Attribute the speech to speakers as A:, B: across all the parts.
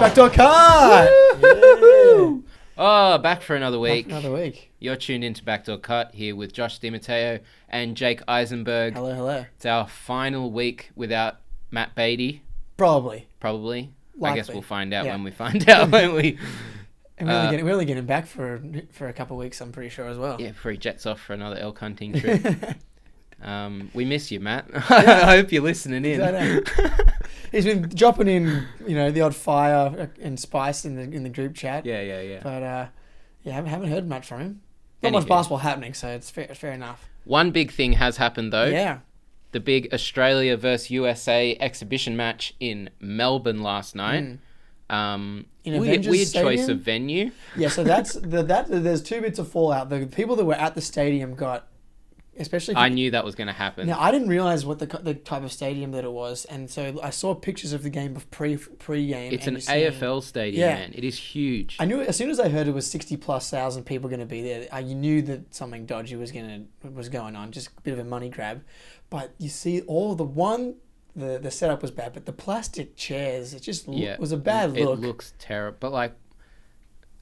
A: Back to our car.
B: Woo-hoo! Oh, back for another week.
A: Another week.
B: You're tuned into Backdoor Cut here with Josh DiMatteo and Jake Eisenberg.
A: Hello, hello.
B: It's our final week without Matt Beatty,
A: Probably.
B: probably. I guess
A: Likely.
B: we'll find out
A: Yeah.
B: when we find out, won't we?
A: And we're,
B: Uh,
A: only getting, we're only getting back for for a couple of weeks, I'm pretty sure as well.
B: Yeah, before he jets off for another elk hunting trip. um, we miss you, Matt. I hope you're listening in.
A: I know. He's been dropping in, you know, the odd fire and spice in the in the group chat.
B: yeah, yeah, yeah.
A: But uh, yeah, haven't, haven't heard much from him. Not much
B: Anything.
A: basketball happening, so it's fair, fair enough.
B: One big thing has happened, though.
A: Yeah.
B: the big Australia versus USA exhibition match in Melbourne last night. Um,
A: Hmm. In
B: weird
A: Avengers
B: weird choice
A: Stadium?
B: of venue.
A: Yeah, so that's the, that. There's two bits of fallout. The people that were at the stadium got, especially.
B: I knew that was going to happen.
A: Now I didn't realize what the, co- the type of stadium that it was, and so I saw pictures of the game of pre pre game.
B: it's an AFL stadium,
A: Yeah.
B: man. It is huge.
A: I knew as soon as I heard it was sixty plus thousand people going to be there. I knew that something dodgy was going to was going on, just a bit of a money grab. But you see, all the one the the setup was bad, but the plastic chairs it just lo-
B: yeah,
A: was a bad
B: it,
A: look.
B: It looks terrible. But like,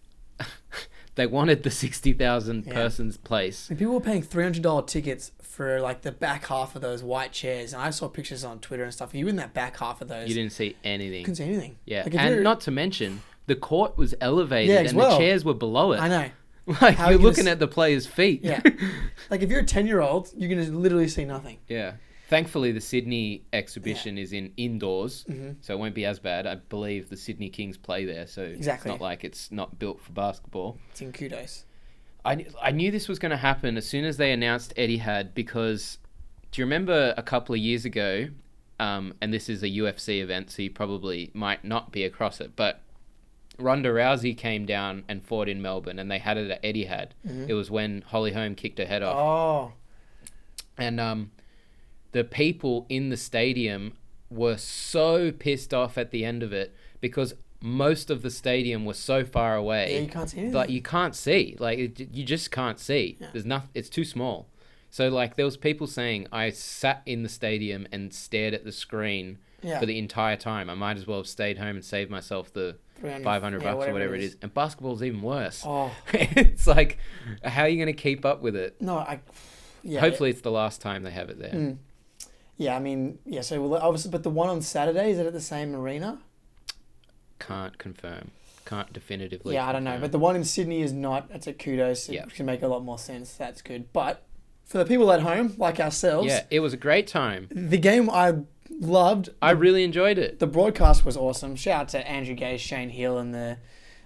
B: they wanted the sixty thousand persons place.
A: And people were paying three hundred dollar tickets for like the back half of those white chairs, and I saw pictures on Twitter and stuff. You were in that back half of those,
B: You didn't see anything.
A: couldn't see anything.
B: yeah,
A: Like, if
B: and
A: you're-
B: not to mention the court was elevated
A: Yeah, as
B: and the
A: well.
B: chairs were below it.
A: I know.
B: Like
A: How are
B: you're
A: you gonna
B: looking
A: s-
B: at the players' feet.
A: Yeah. like if you're a 10 year old, you're going to literally see nothing.
B: Yeah. Thankfully, the Sydney exhibition is in indoors, so it won't be as bad. I believe the Sydney Kings play there, so
A: Exactly.
B: it's not like it's not built for basketball.
A: It's in kudos.
B: I, kn- I knew this was going to happen as soon as they announced Etihad because do you remember a couple of years ago? Um, and this is a UFC event, so you probably might not be across it, but Ronda Rousey came down and fought in Melbourne, and they had it at Etihad. It was when Holly Holm kicked her head off
A: Oh.
B: and um, the people in the stadium were so pissed off at the end of it because most of the stadium was so far away.
A: Yeah, you can't see anything.
B: Like you can't see. Like it, you just can't see. There's nothing. It's too small. So like there was people saying I sat in the stadium and stared at the screen
A: Yeah.
B: for the entire time. I might as well have stayed home and saved myself the
A: 300,
B: five hundred
A: yeah,
B: bucks or whatever it is. And basketball's even worse.
A: Oh.
B: it's like how are you going to keep up with it?
A: No, I. Yeah,
B: Hopefully it's the last time they have it there.
A: Yeah, I mean, yeah, so we'll, obviously, but the one on Saturday, is it at the same arena?
B: Can't confirm. Can't definitively.
A: yeah, I don't know. But
B: confirm.
A: the one in Sydney is not. It's at kudos. It
B: Yeah.
A: can make a lot more sense. That's good. But for the people at home, like ourselves,
B: yeah, it was a great time.
A: the game I loved,
B: I really enjoyed it.
A: the broadcast was awesome. Shout out to Andrew Gay, Shane Hill, and the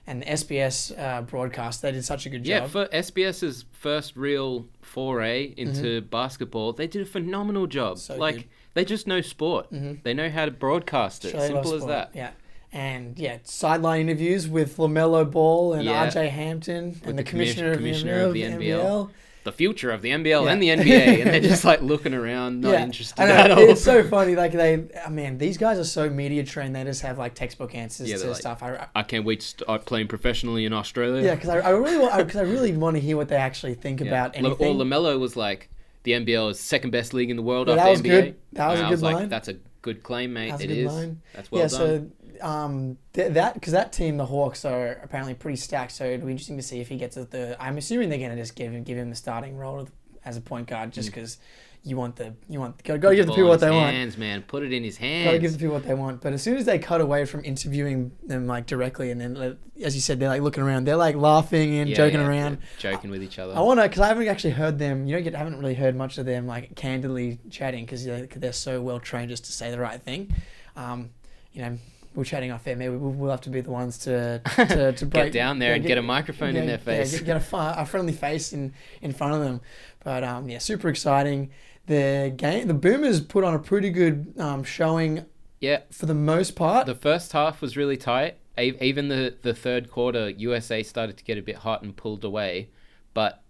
A: and the SBS uh, broadcast. They did such a good
B: Yeah,
A: job.
B: for SBS's first real foray into basketball, they did a phenomenal job.
A: Mm-hmm. So
B: like
A: good. Mm-hmm.
B: they just know sport. They know how to broadcast it.
A: Australia
B: Simple
A: loves
B: as
A: sport,
B: that.
A: Yeah. And yeah, sideline interviews with LaMelo Ball and
B: Yeah.
A: RJ Hampton
B: With
A: and the,
B: the
A: commissioner,
B: commis- commissioner
A: of, the, NBL.
B: The future of the NBL and the
A: Yeah.
B: NBA, and they're just like looking around, not interested
A: I know,
B: at all.
A: It's so funny. Like they, I mean, these guys are so media trained. They just have like textbook answers
B: Yeah,
A: to
B: they're like-
A: stuff. I, I
B: I can't wait to start playing professionally in Australia.
A: yeah, because I, I really want, because I really want to hear what they actually think
B: Yeah.
A: about
B: L-
A: anything.
B: Or Lamelo was like, the NBL is second best league in the world
A: Yeah,
B: after
A: that was
B: NBA.
A: good. That was
B: And
A: a
B: I
A: good line.
B: Like, That's a good claim, mate.
A: That's a
B: It
A: good
B: is.
A: line.
B: That's well
A: yeah,
B: done.
A: so um, th- that because that team, the Hawks, are apparently pretty stacked. So it'll be interesting to see if he gets the. I'm assuming they're going to just give him give him the starting role as a point guard,
B: Mm.
A: just because you want the you want got to give the
B: Ball
A: people
B: in
A: what they
B: his
A: want.
B: Hands, man. Put it in his
A: Got to
B: hands.
A: give the people what they want. But as soon as they cut away from interviewing them like directly, and then like, as you said, they're like looking around, they're like laughing and
B: Yeah,
A: joking
B: yeah,
A: around.
B: yeah. joking with each other.
A: I want to, because I haven't actually heard them. You know, you haven't really heard much of them like candidly chatting because they're, they're so well trained just to say the right thing. Um, you know, we're chatting off air. Maybe we'll, we'll have to be the ones to to, to break,
B: down there and get a microphone in their
A: yeah,
B: face.
A: get, get a, fi- a friendly face in in front of them. But um, yeah, super exciting. The game, the Boomers put on a pretty good um, showing
B: yeah,
A: for the most part.
B: the first half was really tight. E- Even the, the third quarter, USA started to get a bit hot and pulled away. But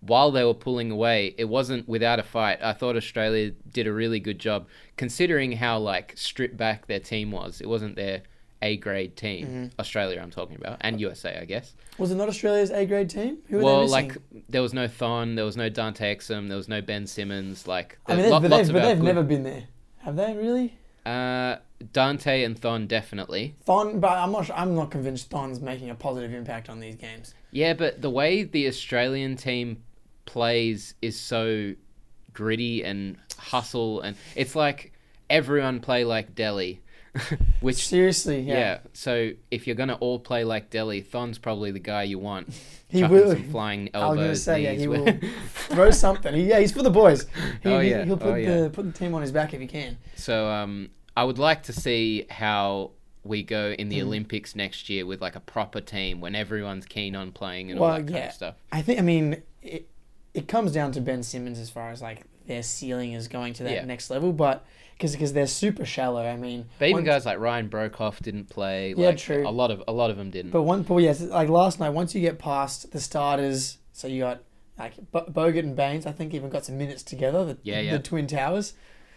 B: while they were pulling away, it wasn't without a fight. I thought Australia did a really good job considering how like stripped back their team was. It wasn't their A grade team.
A: Mm-hmm.
B: Australia, I'm talking about, and USA, I guess.
A: was it not Australia's A grade team? Who were
B: Well,
A: they missing?
B: like there was no Thon, there was no Dante Exum, there was no Ben Simmons. Like,
A: I mean,
B: lo-
A: they've, but
B: lots
A: they've, but
B: of our
A: they've
B: good-
A: never been there, have they? Really?
B: Uh, Dante and Thon definitely.
A: Thon, but I'm not. Sure, I'm not convinced Thon's making a positive impact on these games.
B: Yeah, but the way the Australian team plays is so gritty and hustle, and it's like everyone play like Delhi, which
A: Seriously,
B: yeah.
A: yeah.
B: So if you're gonna all play like Delhi, Thon's probably the guy you want.
A: He
B: chucking
A: will.
B: some flying
A: I was
B: elbows.
A: gonna say, yeah,
B: knees
A: he
B: with-
A: will throw something. He, yeah, he's for the boys. He,
B: Oh,
A: he-
B: yeah.
A: He'll put
B: Oh, yeah.
A: the put the team on his back if he can.
B: So um, I would like to see how we go in
A: Hmm.
B: the Olympics next year with like a proper team when everyone's keen on playing and all
A: Well,
B: that kind
A: yeah.
B: of stuff.
A: I think. I mean, it it comes down to Ben Simmons as far as like their ceiling is going to that
B: Yeah.
A: next level, but because because they're super shallow. I mean,
B: But even
A: once-
B: guys like Ryan Brokoff didn't play.
A: Yeah,
B: like,
A: true.
B: A lot of a lot of them didn't.
A: But one, but yes, like last night, once you get past the starters, so you got like Bo- Bogut and Baines. I think even got some minutes together. The,
B: Yeah, yeah.
A: the Twin Towers.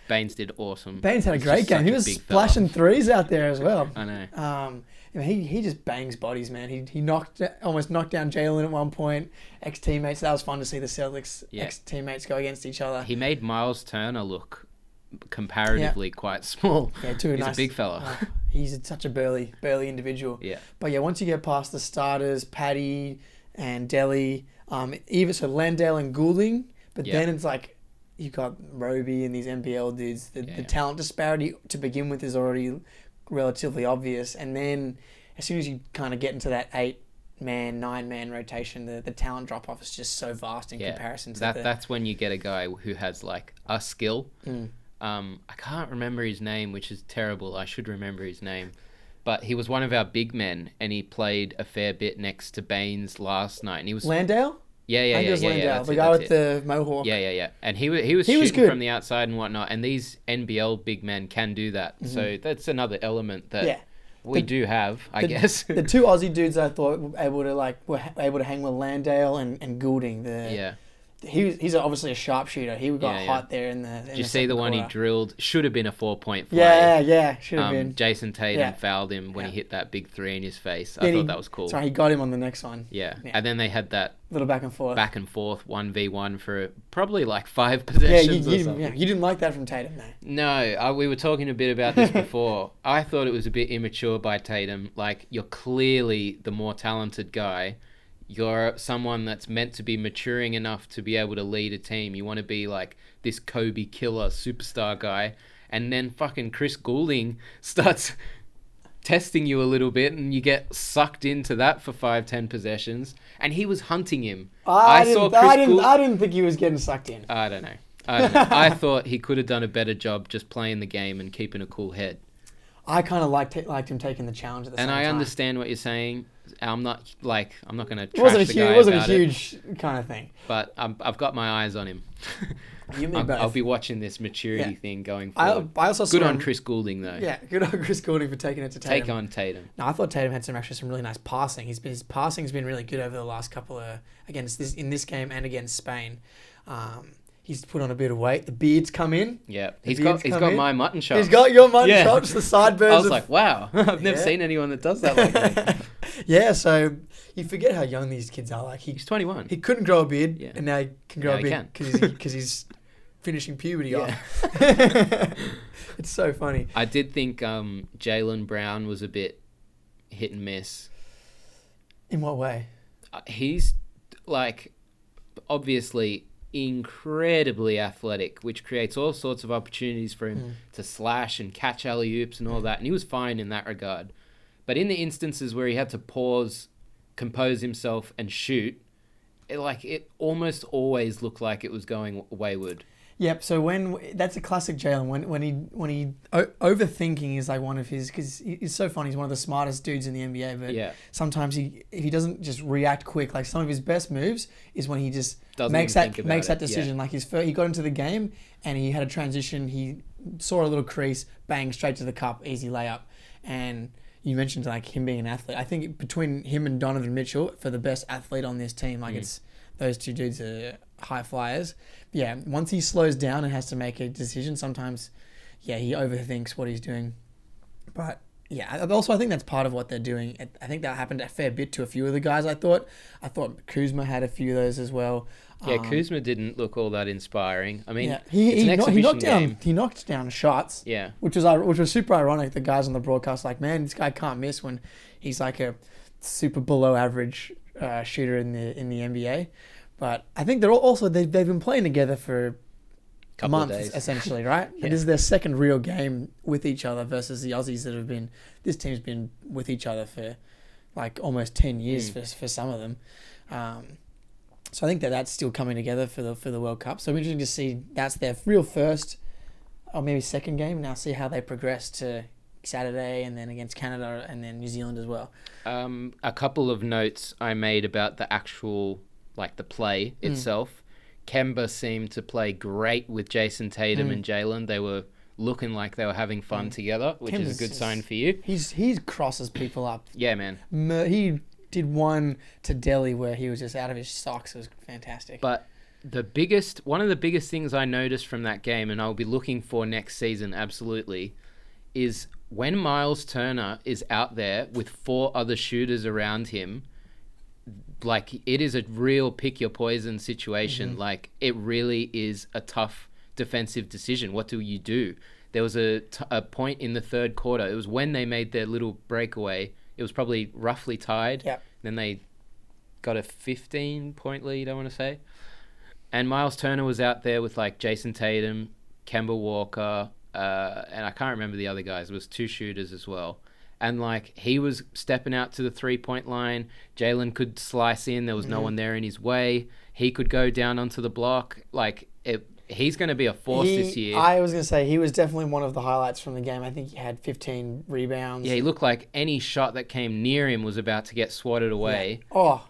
B: Baines did awesome.
A: Baines had a
B: Mm.
A: great
B: He's just
A: game.
B: such
A: He
B: a
A: was
B: big fella.
A: splashing threes out there as well.
B: I know.
A: Um, I mean, he he just bangs bodies, man. He he knocked almost knocked down Jalen at one point. Ex teammates. That was fun to see the Celtics
B: Yeah.
A: ex teammates go against each other.
B: He made Miles Turner look comparatively quite small.
A: Yeah, two
B: He's
A: nice.
B: a big fella.
A: uh, he's such a burly burly individual.
B: yeah.
A: But yeah, once you get past the starters, Patty and Delhi, um, even so Landale and Goulding, but
B: Yeah.
A: then it's like you got Roby and these NBL dudes. The,
B: Yeah,
A: the
B: yeah.
A: talent disparity to begin with is already relatively obvious, and then as soon as you kind of get into that eight man, nine man rotation, the, the talent drop off is just so vast in
B: Yeah.
A: comparison to
B: That
A: the,
B: that's when you get a guy who has like a skill.
A: Mm.
B: Um, I can't remember his name, which is terrible. I should remember his name, but he was one of our big men, and he played a fair bit next to Baines last night. And he was
A: Landale.
B: yeah
A: I
B: yeah
A: think it
B: yeah
A: was
B: yeah,
A: Landale,
B: yeah that's
A: the
B: it,
A: guy
B: that's
A: with
B: it.
A: the mohawk.
B: Yeah, yeah, yeah. And he wa- he was
A: He
B: shooting
A: was good.
B: from the outside and whatnot. And these NBL big men can do that. So that's another element that
A: Mm-hmm. Yeah.
B: we
A: The-
B: do have, I
A: the-
B: guess.
A: the two Aussie dudes I thought were able to like were ha- able to hang with Landale and, and Goulding. The
B: yeah.
A: he was, he's obviously a sharpshooter. He got
B: Yeah, yeah.
A: hot there in the. In
B: Did you see the one he drilled? Should have been a four point play.
A: Yeah, yeah, should have
B: Um,
A: been.
B: Jason Tatum
A: Yeah.
B: fouled him when
A: Yeah.
B: he hit that big three in his face. I
A: Then
B: thought
A: he-
B: that was cool.
A: Sorry, he got him on the next one.
B: Yeah.
A: Yeah.
B: And then they had that
A: little back and forth.
B: back and forth 1v1 for probably like five
A: yeah, you,
B: possessions
A: you,
B: or
A: didn't-
B: something.
A: yeah, you didn't like that from Tatum, though.
B: No, I, we were talking a bit about this before. I thought it was a bit immature by Tatum. Like, you're clearly the more talented guy. You're someone that's meant to be maturing enough to be able to lead a team. You want to be like this Kobe killer superstar guy. And then fucking Chris Goulding starts testing you a little bit and you get sucked into that for five, ten possessions. And he was hunting him.
A: Ah, I, didn't, I, didn't,
B: Gould-
A: I didn't think he was getting sucked in.
B: I don't know. I, don't know. I thought he could have done a better job just playing the game and keeping a cool head.
A: I kind of liked it- liked him taking the challenge at the
B: And
A: same
B: I
A: time.
B: understand what you're saying. I'm not like I'm not gonna
A: It
B: trash
A: wasn't a
B: the
A: huge,
B: guy
A: it wasn't a
B: about it,
A: huge kind of thing. Um,
B: but I'm, I've got my eyes on him.
A: You and me
B: I'm-
A: both.
B: I'll be watching this maturity
A: Yeah.
B: thing going
A: I,
B: forward.
A: I also
B: Good
A: saw
B: on
A: him-
B: Chris Goulding though.
A: Yeah, good on Chris Gordon for taking it to Tatum.
B: Take on Tatum.
A: No, I thought Tatum had some actually some really nice passing. He's been, his passing's been really good over the last couple of against this in this game and against Spain. Um, he's put on a bit of weight. The beard's come in.
B: Yeah,
A: The
B: he's got
A: beard's
B: he's
A: come
B: got
A: in.
B: my mutton chop.
A: He's got your mutton
B: Yeah.
A: chops, the
B: I
A: sideburns.
B: was
A: of-
B: like, wow, I've never
A: Yeah.
B: seen anyone that does that like that.
A: yeah. So you forget how young these kids are. Like he
B: He's 21.
A: he couldn't grow a beard,
B: Yeah.
A: and now he can grow a
B: Now he
A: beard
B: can.
A: because because he's finishing puberty
B: Yeah.
A: off. it's so funny.
B: I did think um, Jalen Brown was a bit hit and miss.
A: In what way?
B: Uh, He's like obviously incredibly athletic, which creates all sorts of opportunities for
A: Hmm.
B: him to slash and catch alley oops and all that. And he was fine in that regard. But in the instances where he had to pause, compose himself, and shoot, it, like it almost always looked like it was going wayward.
A: Yep. So when that's a classic Jalen when when he when he o- overthinking is like one of his because he's so funny. He's one of the smartest dudes in the NBA, but
B: Yeah.
A: sometimes he if he doesn't just react quick. Like some of his best moves is when he just
B: Doesn't
A: makes
B: even think
A: that
B: about
A: makes that
B: it, yeah.
A: decision. Like his first, he got into the game and he had a transition. He saw a little crease, bang straight to the cup, easy layup. And you mentioned like him being an athlete. I think between him and Donovan Mitchell for the best athlete on this team,
B: Hmm.
A: like it's those two dudes are high flyers. Yeah, once he slows down and has to make a decision, sometimes yeah he overthinks what he's doing. But yeah, I- also I think that's part of what they're doing. I- I think that happened a fair bit to a few of the guys. I thought, I thought Kuzma had a few of those as well.
B: Yeah,
A: Um,
B: Kuzma didn't look all that inspiring. I mean,
A: yeah, he,
B: it's
A: he,
B: an
A: knocked, he knocked
B: exhibition
A: down
B: game.
A: he knocked down shots.
B: Yeah,
A: which was ir- which was super ironic. The guys on the broadcast like, man, this guy can't miss when he's like a super below average uh, shooter in the in the NBA. But I think they're all, also they've, they've been playing together for
B: couple
A: months
B: of days.
A: essentially, right?
B: Yeah.
A: And this is their second real game with each other versus the Aussies that have been this team's been with each other for like almost ten years
B: Mm.
A: for for some of them. Um, so I think that that's still coming together for the for the World Cup. So it'll be interesting to see that's their real first or maybe second game. Now see how they progress to Saturday and then against Canada and then New Zealand as well.
B: Um, a couple of notes I made about the actual, like the play
A: Hmm.
B: itself. Kemba seemed to play great with Jason
A: Hmm.
B: Tatum and Jalen. They were looking like they were having fun together, which is
A: Kemba's
B: a good
A: just-
B: sign for you.
A: He's he crosses people up.
B: Yeah, man.
A: Mer- He did one to Delhi where he was just out of his socks. It was fantastic.
B: But the biggest, one of the biggest things I noticed from that game, and I'll be looking for next season absolutely, is when Miles Turner is out there with four other shooters around him. Like it is a real pick your poison situation. Like it really is a tough defensive decision. What do you do? There was a, t- a point in the third quarter. It was when they made their little breakaway. It was probably roughly tied.
A: Yep.
B: Then they got a 15 point lead, I want to say. And Miles Turner was out there with like Jason Tatum, Kemba Walker, uh, and I can't remember the other guys. It was two shooters as well. And like he was stepping out to the three point line. Jalen could slice in. There was
A: Mm-hmm.
B: no one there in his way. He could go down onto the block. Like it, he's going to be a force
A: He-
B: this year.
A: I was gonna say he was definitely one of the highlights from the game. I think he had 15 rebounds.
B: yeah, he looked like any shot that came near him was about to get swatted away.
A: Oh,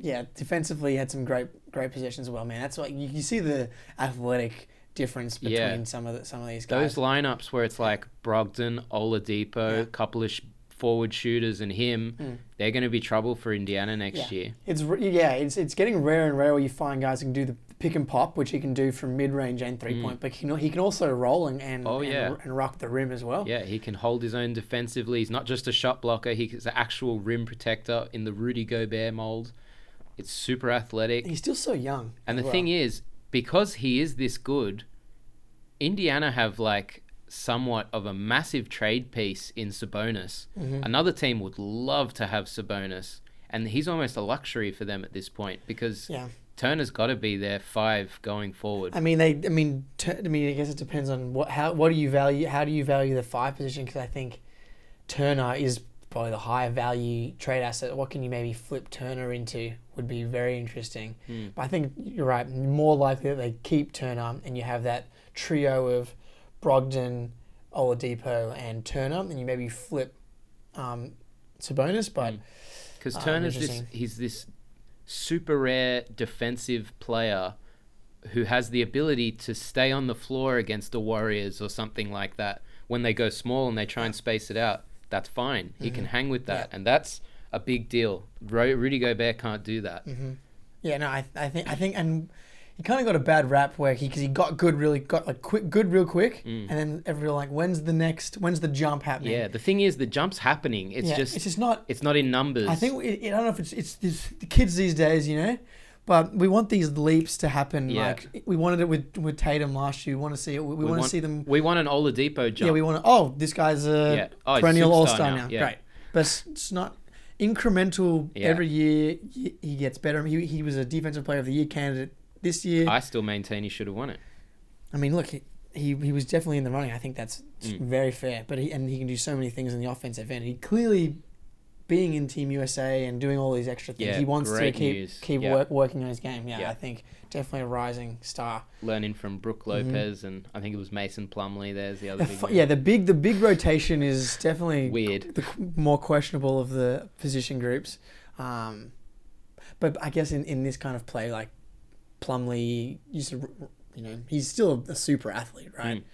A: yeah. Defensively, he had some great great possessions as well, man. That's what you, you see the athletic difference between
B: Yeah.
A: some of the, some of these guys.
B: Those lineups where it's like Brogdon, Oladipo,
A: Yeah.
B: couple of sh- forward shooters, and him, they're going to be trouble for Indiana next year.
A: It's re- yeah, it's it's getting rare and rare where you find guys who can do the pick and pop, which he can do from mid range and three point, but he can, he can also roll and and,
B: Mm. Oh,
A: and,
B: yeah.
A: r- and rock the rim as well.
B: Yeah, he can hold his own defensively. He's not just a shot blocker, he's an actual rim protector in the Rudy Gobert mold. It's super athletic.
A: He's still so young.
B: And the
A: as well.
B: thing is, because he is this good, Indiana have like somewhat of a massive trade piece in Sabonis.
A: Mm-hmm.
B: Another team would love to have Sabonis, and he's almost a luxury for them at this point because
A: Yeah.
B: Turner's got to be their five going forward.
A: I mean, they. I mean, t- I mean, I guess it depends on what how what do you value? How do you value the five position? Because I think Turner is probably the higher value trade asset. What can you maybe flip Turner into would be very interesting. But I think you're right. More likely that they keep Turner, and you have that trio of Brogdon, Oladipo, and Turner, and you maybe flip um, Sabonis. But
B: Because
A: Um,
B: Turner's this
A: interesting.
B: he's this super rare defensive player who has the ability to stay on the floor against the Warriors or something like that. When they go small and they try and space it out, that's fine. He
A: Mm-hmm.
B: can hang with that, and that's a big deal. Ro- Rudy Gobert can't do that.
A: Mm-hmm. Yeah, no, I, I think I think and he kind of got a bad rap where he because he got good really got like quick good real quick and then everyone like when's the next when's the jump happening?
B: Mm. Yeah, the thing is, the jump's happening. It's
A: Yeah,
B: just
A: it's just not.
B: it's not in numbers.
A: I think it, it- I don't know if it's it's, it's the kids these days, you know. But we want these leaps to happen.
B: Yeah.
A: Like we wanted it with, with Tatum last year. We want to see it. We, want to see them.
B: We want an Oladipo jump.
A: Yeah, we want to. Oh, this guy's a
B: Yeah. Oh, he's
A: perennial
B: superstar
A: all star now.
B: now. Yeah.
A: Great, but it's, it's not incremental.
B: Yeah.
A: Every year he he gets better. He he was a defensive player of the year candidate this year.
B: I still maintain he should have won it.
A: I mean, look, he, he he was definitely in the running. I think that's
B: Mm.
A: very fair. But he and he can do so many things in the offensive end. He clearly, being in Team USA and doing all these extra things,
B: Yeah,
A: he wants to
B: great
A: keep
B: news.
A: keep
B: Yeah.
A: work, working on his game. Yeah,
B: Yeah.
A: I think definitely a rising star.
B: Learning from Brooke Lopez and I think it was Mason Plumley. There's the other.
A: Mm-hmm. The
B: big
A: fu-
B: one.
A: yeah, the big the big rotation is definitely
B: Weird.
A: the qu- more questionable of the position groups. Um, but I guess in, in this kind of play, like Plumlee, used to, r- r- you know, he's still a super athlete, right?
B: Mm.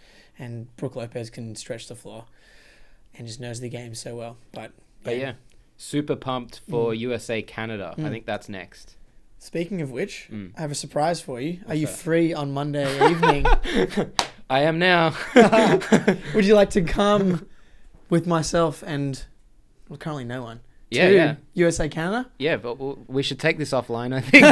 A: And Brooke Lopez can stretch the floor and just knows the game so well. But,
B: But yeah, super pumped
A: Mm.
B: for USA Canada. I think that's next.
A: Speaking of which,
B: Mm.
A: I have a surprise for you. Are
B: What's
A: you
B: that?
A: free on Monday evening?
B: I am now.
A: Would you like to come with myself and well, currently no one.
B: Yeah,
A: to
B: yeah.
A: USA Canada.
B: Yeah, but w- we should take this offline, I think.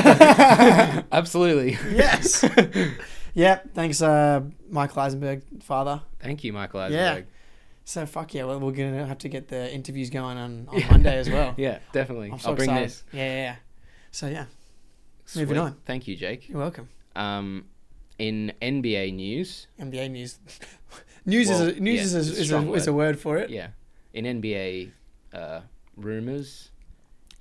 B: Absolutely.
A: Yes. yeah. Thanks, uh, Michael Eisenberg, father.
B: Thank you, Michael Eisenberg.
A: So fuck yeah, well, we're gonna have to get the interviews going on, on Monday as well.
B: Yeah, definitely.
A: I'm so
B: I'll bring
A: excited.
B: this.
A: Yeah, yeah, yeah. So yeah, Moving
B: Sweet.
A: on.
B: Thank you, Jake.
A: you're welcome.
B: Um, in NBA news,
A: NBA news. news
B: Well,
A: is a, news
B: yeah,
A: is,
B: it's a
A: a, is, a,
B: strong
A: is a word for it.
B: yeah, in NBA uh, rumors,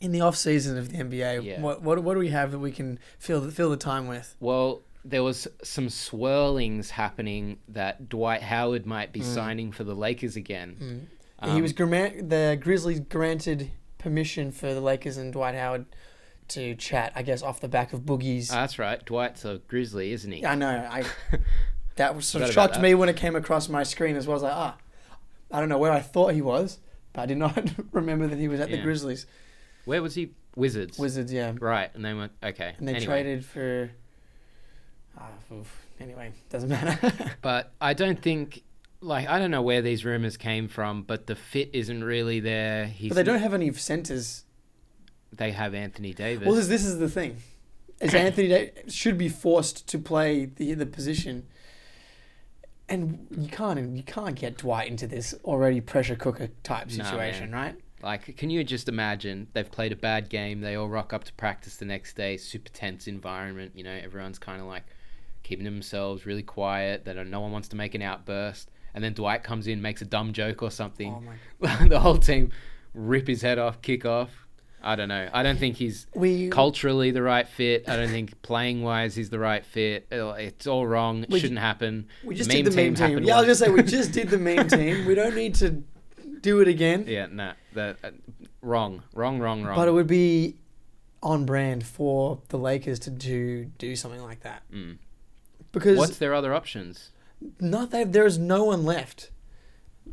A: In the off season of the NBA,
B: Yeah.
A: what, what what do we have that we can fill the, fill the time with?
B: well, there was some swirlings happening that Dwight Howard might be signing for the Lakers again.
A: Mm.
B: Um,
A: he was grant, the Grizzlies granted permission for the Lakers and Dwight Howard to chat. I guess off the back of Boogie's.
B: Ah, that's right. Dwight's a Grizzly, isn't he?
A: I know. I that was sort of
B: Forgot about
A: shocked me when it came across my screen as well. I was like, ah, I don't know where I thought he was, but I did not remember that he was at
B: Yeah.
A: the Grizzlies.
B: Where was he? Wizards.
A: Wizards, yeah.
B: Right, and they went okay.
A: And they
B: anyway.
A: traded for. ah, oof. anyway, doesn't matter.
B: But I don't think, like, I don't know where these rumors came from, but the fit isn't really there. He's,
A: but they don't have any centers.
B: They have Anthony Davis.
A: Well, this, this is the thing. Is Anthony da- should be forced to play the the position, and you can't you can't get Dwight into this already pressure cooker type
B: Nah,
A: situation, right?
B: like, can you just imagine? They've played a bad game. They all rock up to practice the next day. Super tense environment. You know, everyone's kind of like keeping themselves really quiet. That no one wants to make an outburst. And then Dwight comes in, makes a dumb joke or something.
A: Oh my
B: the whole team rip his head off, kick off. I don't know. I don't think he's
A: We
B: culturally the right fit. I don't think playing wise he's the right fit. Uh, It's all wrong. It
A: We ju-
B: shouldn't happen.
A: We just did the meme team.
B: happened
A: Yeah, I was
B: once.
A: just say we just did the meme team. We don't need to do it again.
B: yeah, nah, that uh, wrong, wrong, wrong, wrong.
A: But it would be on brand for the Lakers to do do something like that
B: Mm.
A: because
B: What's their other options?
A: not that there is no one left.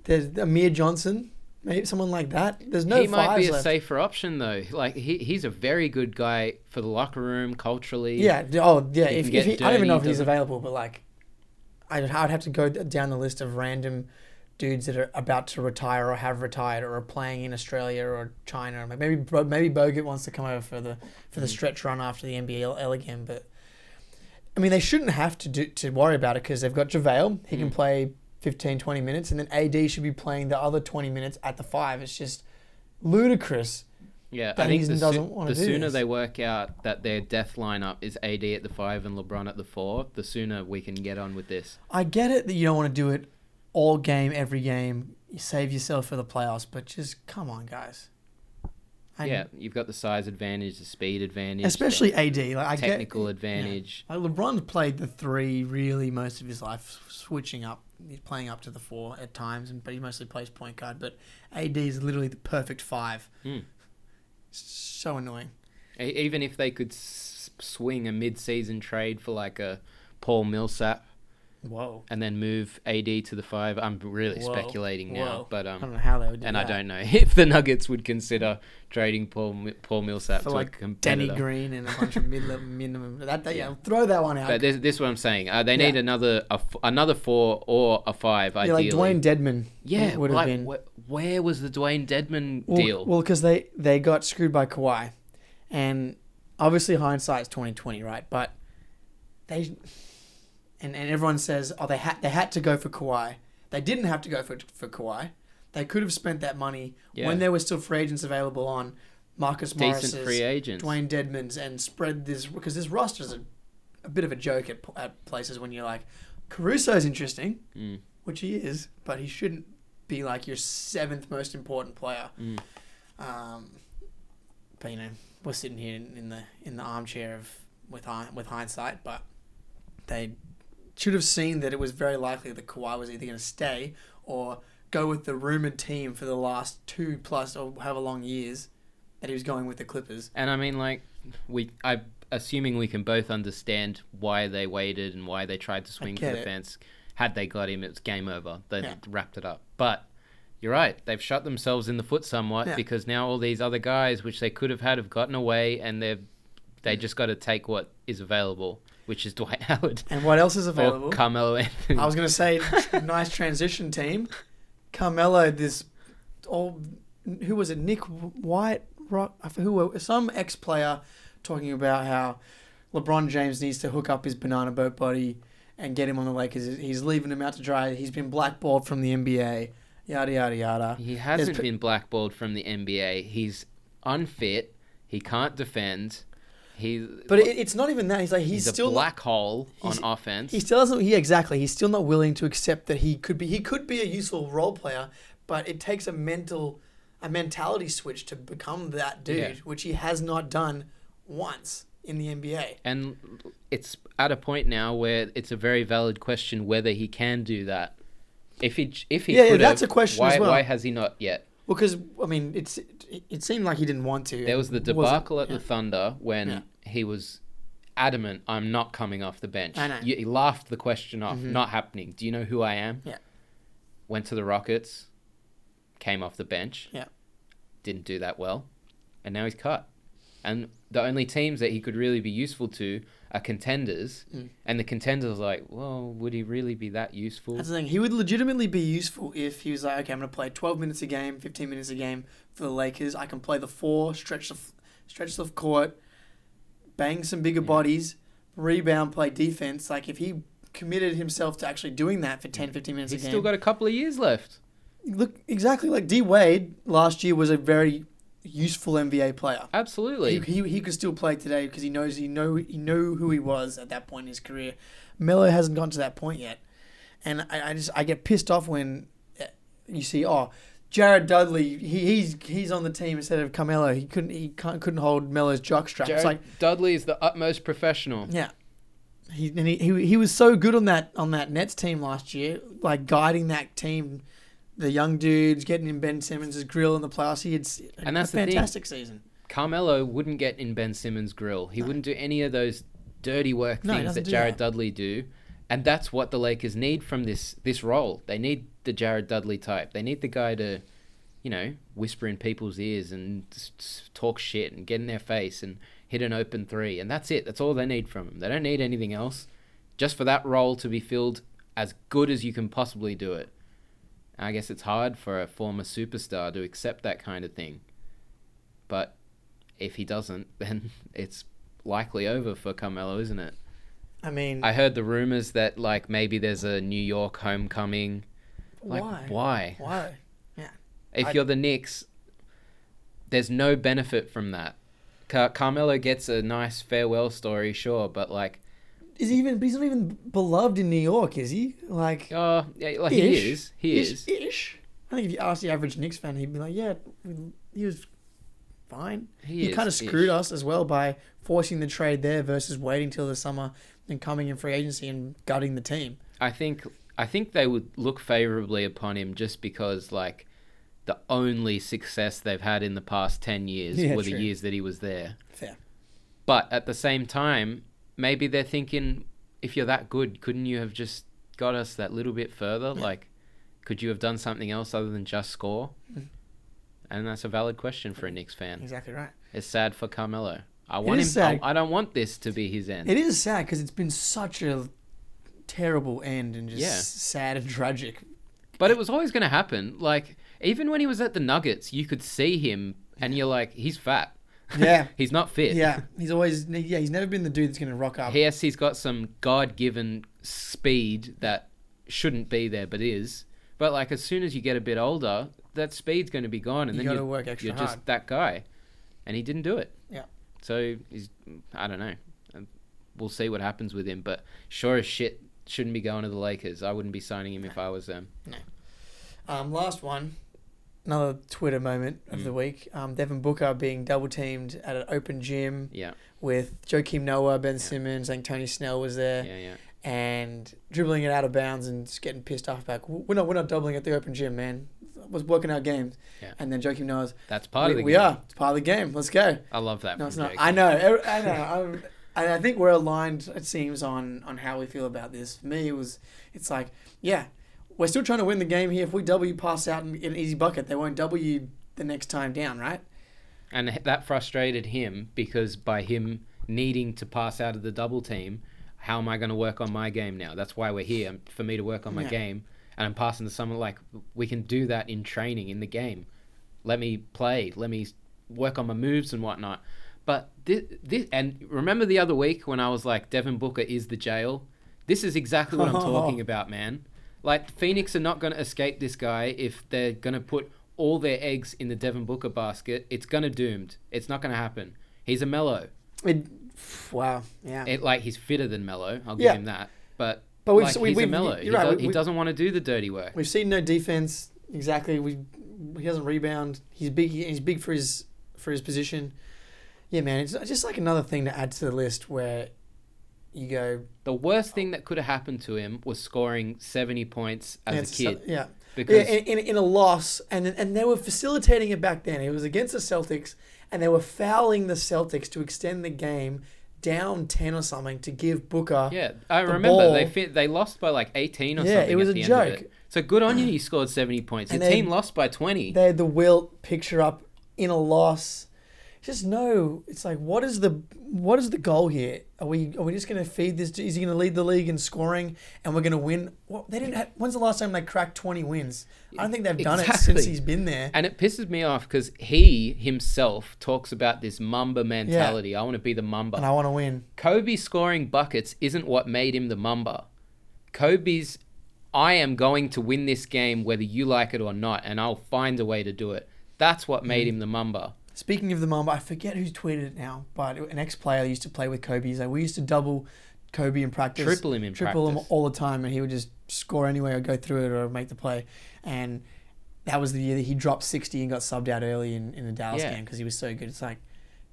A: There's Amir Johnson, maybe someone like that. There's no
B: he might be
A: fives
B: a
A: left.
B: safer option though. Like he, he's a very good guy for the locker room culturally.
A: yeah. d- Oh, yeah.
B: He
A: If,
B: can
A: if
B: get
A: he, I don't even
B: dirty,
A: know if he's
B: doesn't-
A: available, but like, I'd, I'd have to go down the list of random dudes that are about to retire or have retired or are playing in Australia or China. Like, Maybe Bro- maybe Bogut wants to come over for the for
B: Hmm.
A: the stretch run after the NBL again, but. I mean, they shouldn't have to do, to worry about it because they've got JaVale. He
B: Hmm.
A: can play 15, 20 minutes, and then AD should be playing the other 20 minutes at the five. It's just ludicrous.
B: yeah. I
A: But
B: think
A: he
B: the, soo-
A: doesn't wanna
B: the
A: do
B: sooner
A: this.
B: they work out that their death lineup is AD at the five and LeBron at the four, the sooner we can get on with this.
A: I get it that you don't want to do it all game, every game. You save yourself for the playoffs, but just come on, guys. I,
B: yeah, you've got the size advantage, the speed advantage, the
A: Especially AD. Like, I get,
B: technical advantage.
A: like LeBron's played the three really most of his life, s- switching up, he's playing up to the four at times, and but he mostly plays point guard. But AD is literally the perfect five.
B: Hmm.
A: So annoying.
B: E- Even if they could s- swing a mid-season trade for like a Paul Millsap
A: Whoa.
B: and then move AD to the five, I'm really
A: Whoa.
B: speculating now,
A: Whoa.
B: but
A: I don't
B: um,
A: know how they would do
B: and I
A: that.
B: don't know if the Nuggets would consider trading Paul Mi- Paul Millsap
A: For
B: to
A: like
B: a
A: Danny
B: competitor.
A: Green and a bunch of mid-level minimum. That, that, yeah, throw that one out.
B: but this, this is what I'm saying. Uh, they need
A: Yeah.
B: another a f- another four or a five,
A: Yeah,
B: ideally.
A: like Dwayne Dedman.
B: yeah,
A: would have
B: like,
A: been.
B: wh- where was the Dwayne Dedman
A: Well,
B: deal?
A: Well, because they they got screwed by Kawhi, and obviously hindsight's twenty twenty, right? But they and and everyone says, oh, they had they had to go for Kawhi. They didn't have to go for for Kawhi. They could have spent that money
B: Yeah.
A: when there were still free agents available on Marcus Morris,
B: Decent free agents.
A: Dwayne Dedman's, and spread this because this roster's a, a bit of a joke at, at places when you're like, Caruso's interesting
B: Mm.
A: which he is, but he shouldn't be like your seventh most important player.
B: Mm.
A: Um, but you know, we're sitting here in, in the in the armchair of with hi- with hindsight, but they should have seen that it was very likely that Kawhi was either going to stay or go with the rumored team for the last two plus or however long years that he was going with the Clippers.
B: And I mean, like, we, I, assuming we can both understand why they waited and why they tried to swing for
A: get
B: the
A: it.
B: fence. Had they got him, it was game over. They
A: Yeah.
B: wrapped it up. But you're right; they've shot themselves in the foot somewhat
A: Yeah.
B: because now all these other guys, which they could have had, have gotten away, and they've they
A: Mm.
B: just got to take what is available, which is Dwight Howard
A: And what else is
B: or
A: available?
B: Carmelo Anthony.
A: I was going to say, nice transition team. Carmelo, this all who was it? Nick White, Rock, who some ex player talking about how LeBron James needs to hook up his banana boat buddy and get him on the Lakers. He's leaving him out to dry. He's been blackballed from the NBA. Yada yada yada.
B: He hasn't
A: There's p-
B: been blackballed from the NBA. He's unfit. He can't defend. He
A: But it, it's not even that. He's like he's,
B: he's,
A: still
B: a black hole on
A: he's-
B: offense.
A: He still doesn't. He exactly. He's still not willing to accept that he could be. He could be a useful role player, but it takes a mental, a mentality switch to become that dude,
B: Yeah.
A: which he has not done once in the NBA.
B: and it's at a point now where it's a very valid question whether he can do that. If he if he
A: Yeah, yeah,
B: could
A: that's
B: have,
A: a question
B: why
A: as well.
B: why has he not yet?
A: Well, because I mean, it's it, it seemed like he didn't want to.
B: There was the
A: Wasn't-
B: debacle at
A: yeah.
B: the Thunder when
A: Yeah.
B: he was adamant, "I'm not coming off the bench."
A: I know. Mm-hmm.
B: You- he laughed the question off, not happening. Do you know who I am?
A: Yeah.
B: Went to the Rockets, came off the bench.
A: Yeah.
B: Didn't do that well, and now he's cut. And the only teams that he could really be useful to are contenders,
A: Hmm.
B: and the contenders are like, well, would he really be that useful?
A: That's the thing. He would legitimately be useful if he was like, okay, I'm going to play 12 minutes a game, 15 minutes a game for the Lakers. I can play the four, stretch the f- stretch the court, bang some bigger bodies, rebound, play defense. Like if he committed himself to actually doing that for 10, 15 minutes
B: He's
A: a game.
B: still got a couple of years left.
A: look exactly like D Wade last year was a very useful NBA player.
B: Absolutely.
A: He, he, he could still play today because he knows he know he knew who he was at that point in his career. Melo hasn't gotten to that point yet, and I, I just I get pissed off when eh, you see oh Jared Dudley he, he's he's on the team instead of Carmelo he couldn't he can't, couldn't hold Melo's jockstrap. It's
B: Jared
A: like
B: Dudley is the utmost professional.
A: yeah. He, and he, he he was so good on that on that Nets team last year, like guiding that team, the young dudes, getting in Ben Simmons' grill in the playoffs. He had s- a,
B: And that's the thing.
A: fantastic season.
B: Carmelo wouldn't get in Ben Simmons' grill. He wouldn't do any of those dirty work
A: No, he
B: things
A: doesn't
B: that
A: do
B: Jared
A: that.
B: Dudley do. And that's what the Lakers need from this this role. They need the Jared Dudley type. They need the guy to, you know, whisper in people's ears and s- s- talk shit and get in their face and hit an open three. And that's it. That's all they need from him. They don't need anything else. Just for that role to be filled as good as you can possibly do it. I guess it's hard for a former superstar to accept that kind of thing. But if he doesn't, then it's likely over for Carmelo, isn't it?
A: I mean,
B: I heard the rumors that like maybe there's a New York homecoming. Like,
A: why?
B: Why?
A: Why?
B: If
A: I-
B: you're the Knicks, there's no benefit from that. Car- Carmelo gets a nice farewell story, sure, but like,
A: Is he even? He's not even beloved in New York, is he? Like,
B: oh, yeah, like he
A: Ish.
B: is, he
A: ish,
B: is.
A: Ish. I think if you ask the average Knicks fan, he'd be like, "Yeah, we- he was fine.
B: He
A: He,
B: is,
A: kind of screwed
B: ish.
A: us as well by forcing the trade there versus waiting till the summer and coming in free agency and gutting the team."
B: I think I think they would look favorably upon him just because like the only success they've had in the past ten years
A: Yeah,
B: were
A: true.
B: the years that he was there.
A: Fair.
B: But at the same time, maybe they're thinking, if you're that good, couldn't you have just got us that little bit further? Like, could you have done something else other than just score?
A: Mm-hmm.
B: And that's a valid question for a Knicks fan.
A: Exactly right.
B: It's sad for Carmelo. I want him.
A: is sad.
B: I, I don't want this to be his end.
A: It is sad because it's been such a terrible end and just
B: Yeah.
A: sad and tragic.
B: But it was always going to happen. Like, even when he was at the Nuggets, you could see him, and you're like, he's fat.
A: Yeah.
B: he's not fit.
A: Yeah, he's always yeah he's never been the dude that's gonna rock up.
B: Yes, he's got some God given speed that shouldn't be there but is. But like as soon as you get a bit older, that speed's going to be gone, and
A: You
B: then
A: gotta
B: you're,
A: work extra
B: you're just
A: hard.
B: that guy. And he didn't do it.
A: Yeah.
B: So he's, I don't know. Um, We'll see what happens with him, but sure as shit shouldn't be going to the Lakers. I wouldn't be signing him if I was them.
A: Um, last one, another Twitter moment of
B: Mm.
A: the week. Um, Devin Booker being double teamed at an open gym
B: Yeah,
A: with Joakim Noah, Ben Simmons, and Tony Snell was there,
B: yeah, yeah.
A: and dribbling it out of bounds and just getting pissed off back. We're not we're not doubling at the open gym, man. We're working out games.
B: Yeah.
A: And then Joakim Noah's
B: That's part
A: we,
B: of the
A: we
B: game.
A: are. It's part of the game. Let's go.
B: I love that.
A: No,
B: from
A: it's not.
B: Jake.
A: I know. Every- I know. I'm, and I think we're aligned. It seems on on how we feel about this. For me, it was. It's like, yeah, we're still trying to win the game here. If we double you pass out and get an easy bucket, they won't double you the next time down, right?
B: And h- that frustrated him because by him needing to pass out of the double team, how am I going to work on my game now? That's why we're here um, for me to work on my
A: Yeah.
B: game. And I'm passing to someone like we can do that in training in the game. Let me play. Let me work on my moves and whatnot. But this, this and remember the other week when I was like, Devin Booker is the jail. This is exactly what I'm talking about, man. Like Phoenix are not going to escape this guy if they're going to put all their eggs in the Devin Booker basket. It's going to doomed. It's not going to happen. He's a mellow.
A: It, wow. Yeah.
B: It, like he's fitter than mellow. I'll give
A: Yeah.
B: him that. But
A: But we've-
B: like,
A: we-
B: he's a
A: we've-
B: mellow. He,
A: you're right,
B: do-
A: we-
B: he
A: we-
B: doesn't want to do the dirty work.
A: We've seen no defense exactly. We he doesn't rebound. He's big. He's big for his for his position. Yeah, man. It's just like another thing to add to the list where you go
B: The worst thing that could have happened to him was scoring 70 points as
A: yeah,
B: a
A: it's-
B: kid.
A: Yeah. Yeah,
B: because
A: in, in, in a loss, and and they were facilitating it back then. It was against the Celtics, and they were fouling the Celtics to extend the game down ten or something to give Booker.
B: yeah, I
A: the
B: remember they
A: ball-
B: fit, they lost by like 18 or
A: Yeah, it
B: something.
A: was
B: at
A: a
B: the End of
A: joke.
B: it. So good on you, you scored 70 points. Your
A: And they-
B: team lost by 20.
A: They had the Wilt picture up in a loss. Just no. It's like what is the what is the goal here? Are we are we just going to feed this? Is he going to lead the league in scoring, and we're going to win? Well, they didn't. Have, when's the last time they cracked twenty wins? I don't think they've done it since
B: Exactly.
A: he's been there.
B: and it pisses me off because he himself talks about this mamba mentality. I want to be the mamba.
A: And I want to win.
B: Kobe scoring buckets isn't what made him the mamba. Kobe's, I am going to win this game whether you like it or not, and I'll find a way to do it. That's what
A: Mm.
B: made him the mamba.
A: Speaking of the Mamba, I forget who tweeted it now, but an ex-player that used to play with Kobe is like, we used to double Kobe in practice,
B: Triple him in
A: triple him
B: practice.
A: all the time, and he would just score anyway or go through it or make the play. And that was the year that he dropped sixty and got subbed out early in, in the Dallas
B: Yeah.
A: game because he was so good. It's like,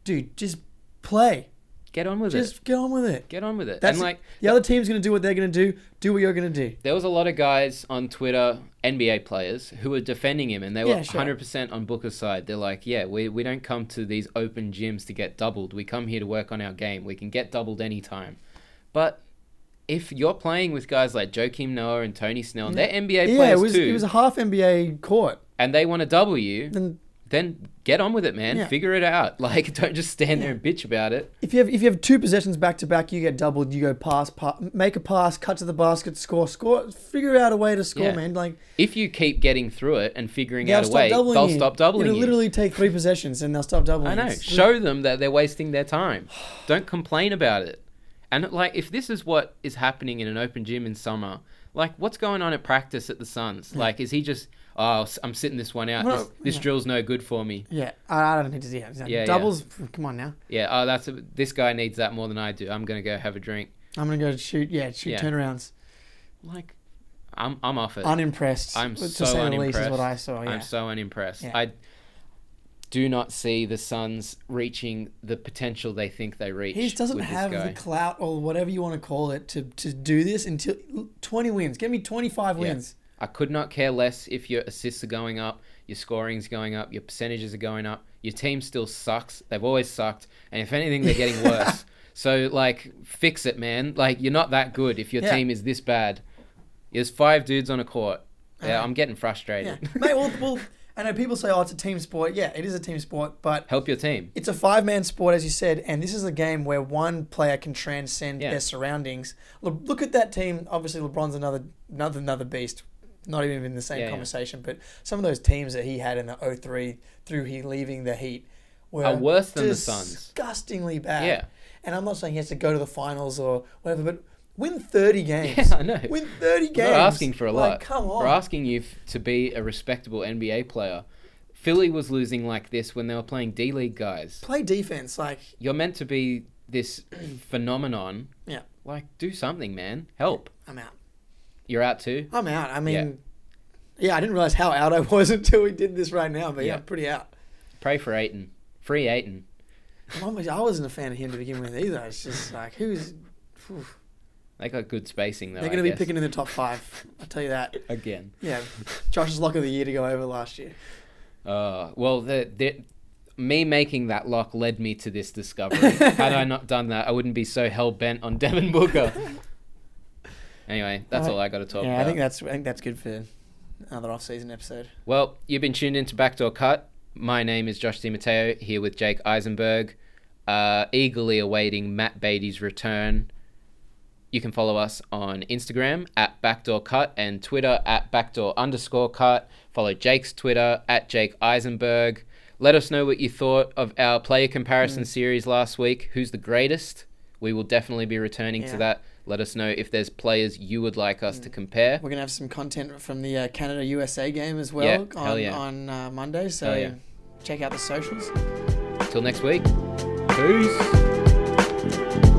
A: dude, just play,
B: Get on with it.
A: just get on with it.
B: Get on with it.
A: That's
B: and like,
A: the other team's gonna do what they're gonna do. Do what you're gonna do.
B: there was a lot of guys on Twitter, NBA players, who were defending him, and they
A: Yeah,
B: were
A: sure.
B: 100% on Booker's side. They're like, yeah, we, we don't come to these open gyms to get doubled. We come here to work on our game. We can get doubled anytime. But if you're playing with guys like Joakim Noah and Tony Snell, and they're NBA
A: yeah,
B: players
A: it was
B: too,
A: it was a half NBA court.
B: and they want to double you,
A: Then
B: then get on with it, man.
A: Yeah.
B: Figure it out. Like, don't just stand there and bitch about it.
A: If you have if you have two possessions back to back, you get doubled. You go pass, pa make a pass, cut to the basket, score, score. Figure out a way to score,
B: Yeah.
A: man. Like
B: If you keep getting through it and figuring
A: they'll
B: out a
A: stop
B: way,
A: doubling
B: they'll
A: you.
B: stop doubling
A: It'll
B: you.
A: literally take three possessions and they'll stop doubling.
B: I
A: you.
B: know.
A: It's-
B: Show them that they're wasting their time. Don't complain about it. And like, if this is what is happening in an open gym in summer, like, what's going on at practice at the Suns? Like, is he just, oh, I'm sitting this one out.
A: Well,
B: This, this
A: yeah.
B: drill's no good for me.
A: Yeah, I, I don't need to see that. Exactly.
B: Yeah, yeah.
A: Doubles. Come on now.
B: Yeah. Oh, that's a, this guy needs that more than I do. I'm gonna go have a drink.
A: I'm gonna go shoot. Yeah, shoot
B: Yeah.
A: turnarounds.
B: Like, I'm I'm off it.
A: Unimpressed.
B: I'm
A: to
B: so
A: say the least,
B: unimpressed.
A: Is what I saw. Yeah.
B: I'm so unimpressed.
A: Yeah.
B: I do not see the Suns reaching the potential they think they reach.
A: he just doesn't
B: with this
A: have
B: guy.
A: the clout or whatever you want to call it to, to do this until 20 wins. Give me 25
B: Yeah.
A: wins.
B: I could not care less if your assists are going up, your scoring's going up, your percentages are going up. Your team still sucks. They've always sucked, and if anything, they're getting worse. so like, fix it, man. Like you're not that good if your
A: Yeah.
B: team is this bad. There's five dudes on a court. Yeah,
A: Alright.
B: I'm getting
A: Uh-huh. Yeah,
B: frustrated.
A: mate. Well, well, I know people say, "Oh, it's a team sport." Yeah, it is a team sport, but
B: Help your team.
A: it's a five-man sport, as you said, and this is a game where one player can transcend
B: Yeah.
A: their surroundings. Look, look at that team. Obviously, LeBron's another another another beast. Not even in the same
B: Yeah, yeah.
A: conversation, but some of those teams that he had in the 03 through he leaving the Heat were
B: Are worse than the Suns.
A: disgustingly bad.
B: Yeah.
A: And I'm not saying he has to go to the finals or whatever, but win 30 games.
B: Yeah, I know.
A: Win 30
B: We're
A: games.
B: not asking for a lot.
A: Like, come on.
B: We're asking you f- to be a respectable NBA player. Philly was losing like this when they were playing D League guys.
A: Play defense. Like,
B: You're meant to be this phenomenon.
A: Yeah.
B: Like, do something, man. Help.
A: I'm out.
B: You're out too.
A: I'm out. I mean, yeah, I didn't realize how out I was until we did this right now, but yeah,
B: Yeah.
A: I'm pretty out.
B: Pray for Aiton. Free Aiton.
A: I'm almost- I wasn't a fan of him to begin with either. It's just like, who's. phew.
B: They got good spacing though.
A: they're
B: I
A: going to be
B: guess.
A: picking in the top five. I'll tell you that.
B: again.
A: Yeah, Josh's lock of the year to go over last year.
B: Uh, well, the, the me making that lock led me to this discovery. Had I not done that, I wouldn't be so hell bent on Devin Booker. anyway, that's
A: Uh,
B: all I got to talk
A: yeah,
B: about.
A: I think that's I think that's good for another off-season episode.
B: Well, you've been tuned into Backdoor Cut. My name is Josh DiMatteo here with Jake Eisenberg, uh, eagerly awaiting Matt Beatty's return. You can follow us on Instagram at Backdoor Cut and Twitter at Backdoor underscore Cut. Follow Jake's Twitter at Jake Eisenberg. Let us know what you thought of our player
A: Mm.
B: comparison series last week. Who's the greatest? We will definitely be returning
A: Yeah. Mm.
B: to that. Let us know if there's players you would like us to compare.
A: We're gonna have some content from the uh, Canada USA game as well
B: Yeah, hell
A: on
B: yeah.
A: on uh, Monday. So
B: Hell yeah.
A: check out the socials.
B: Till next week. Peace.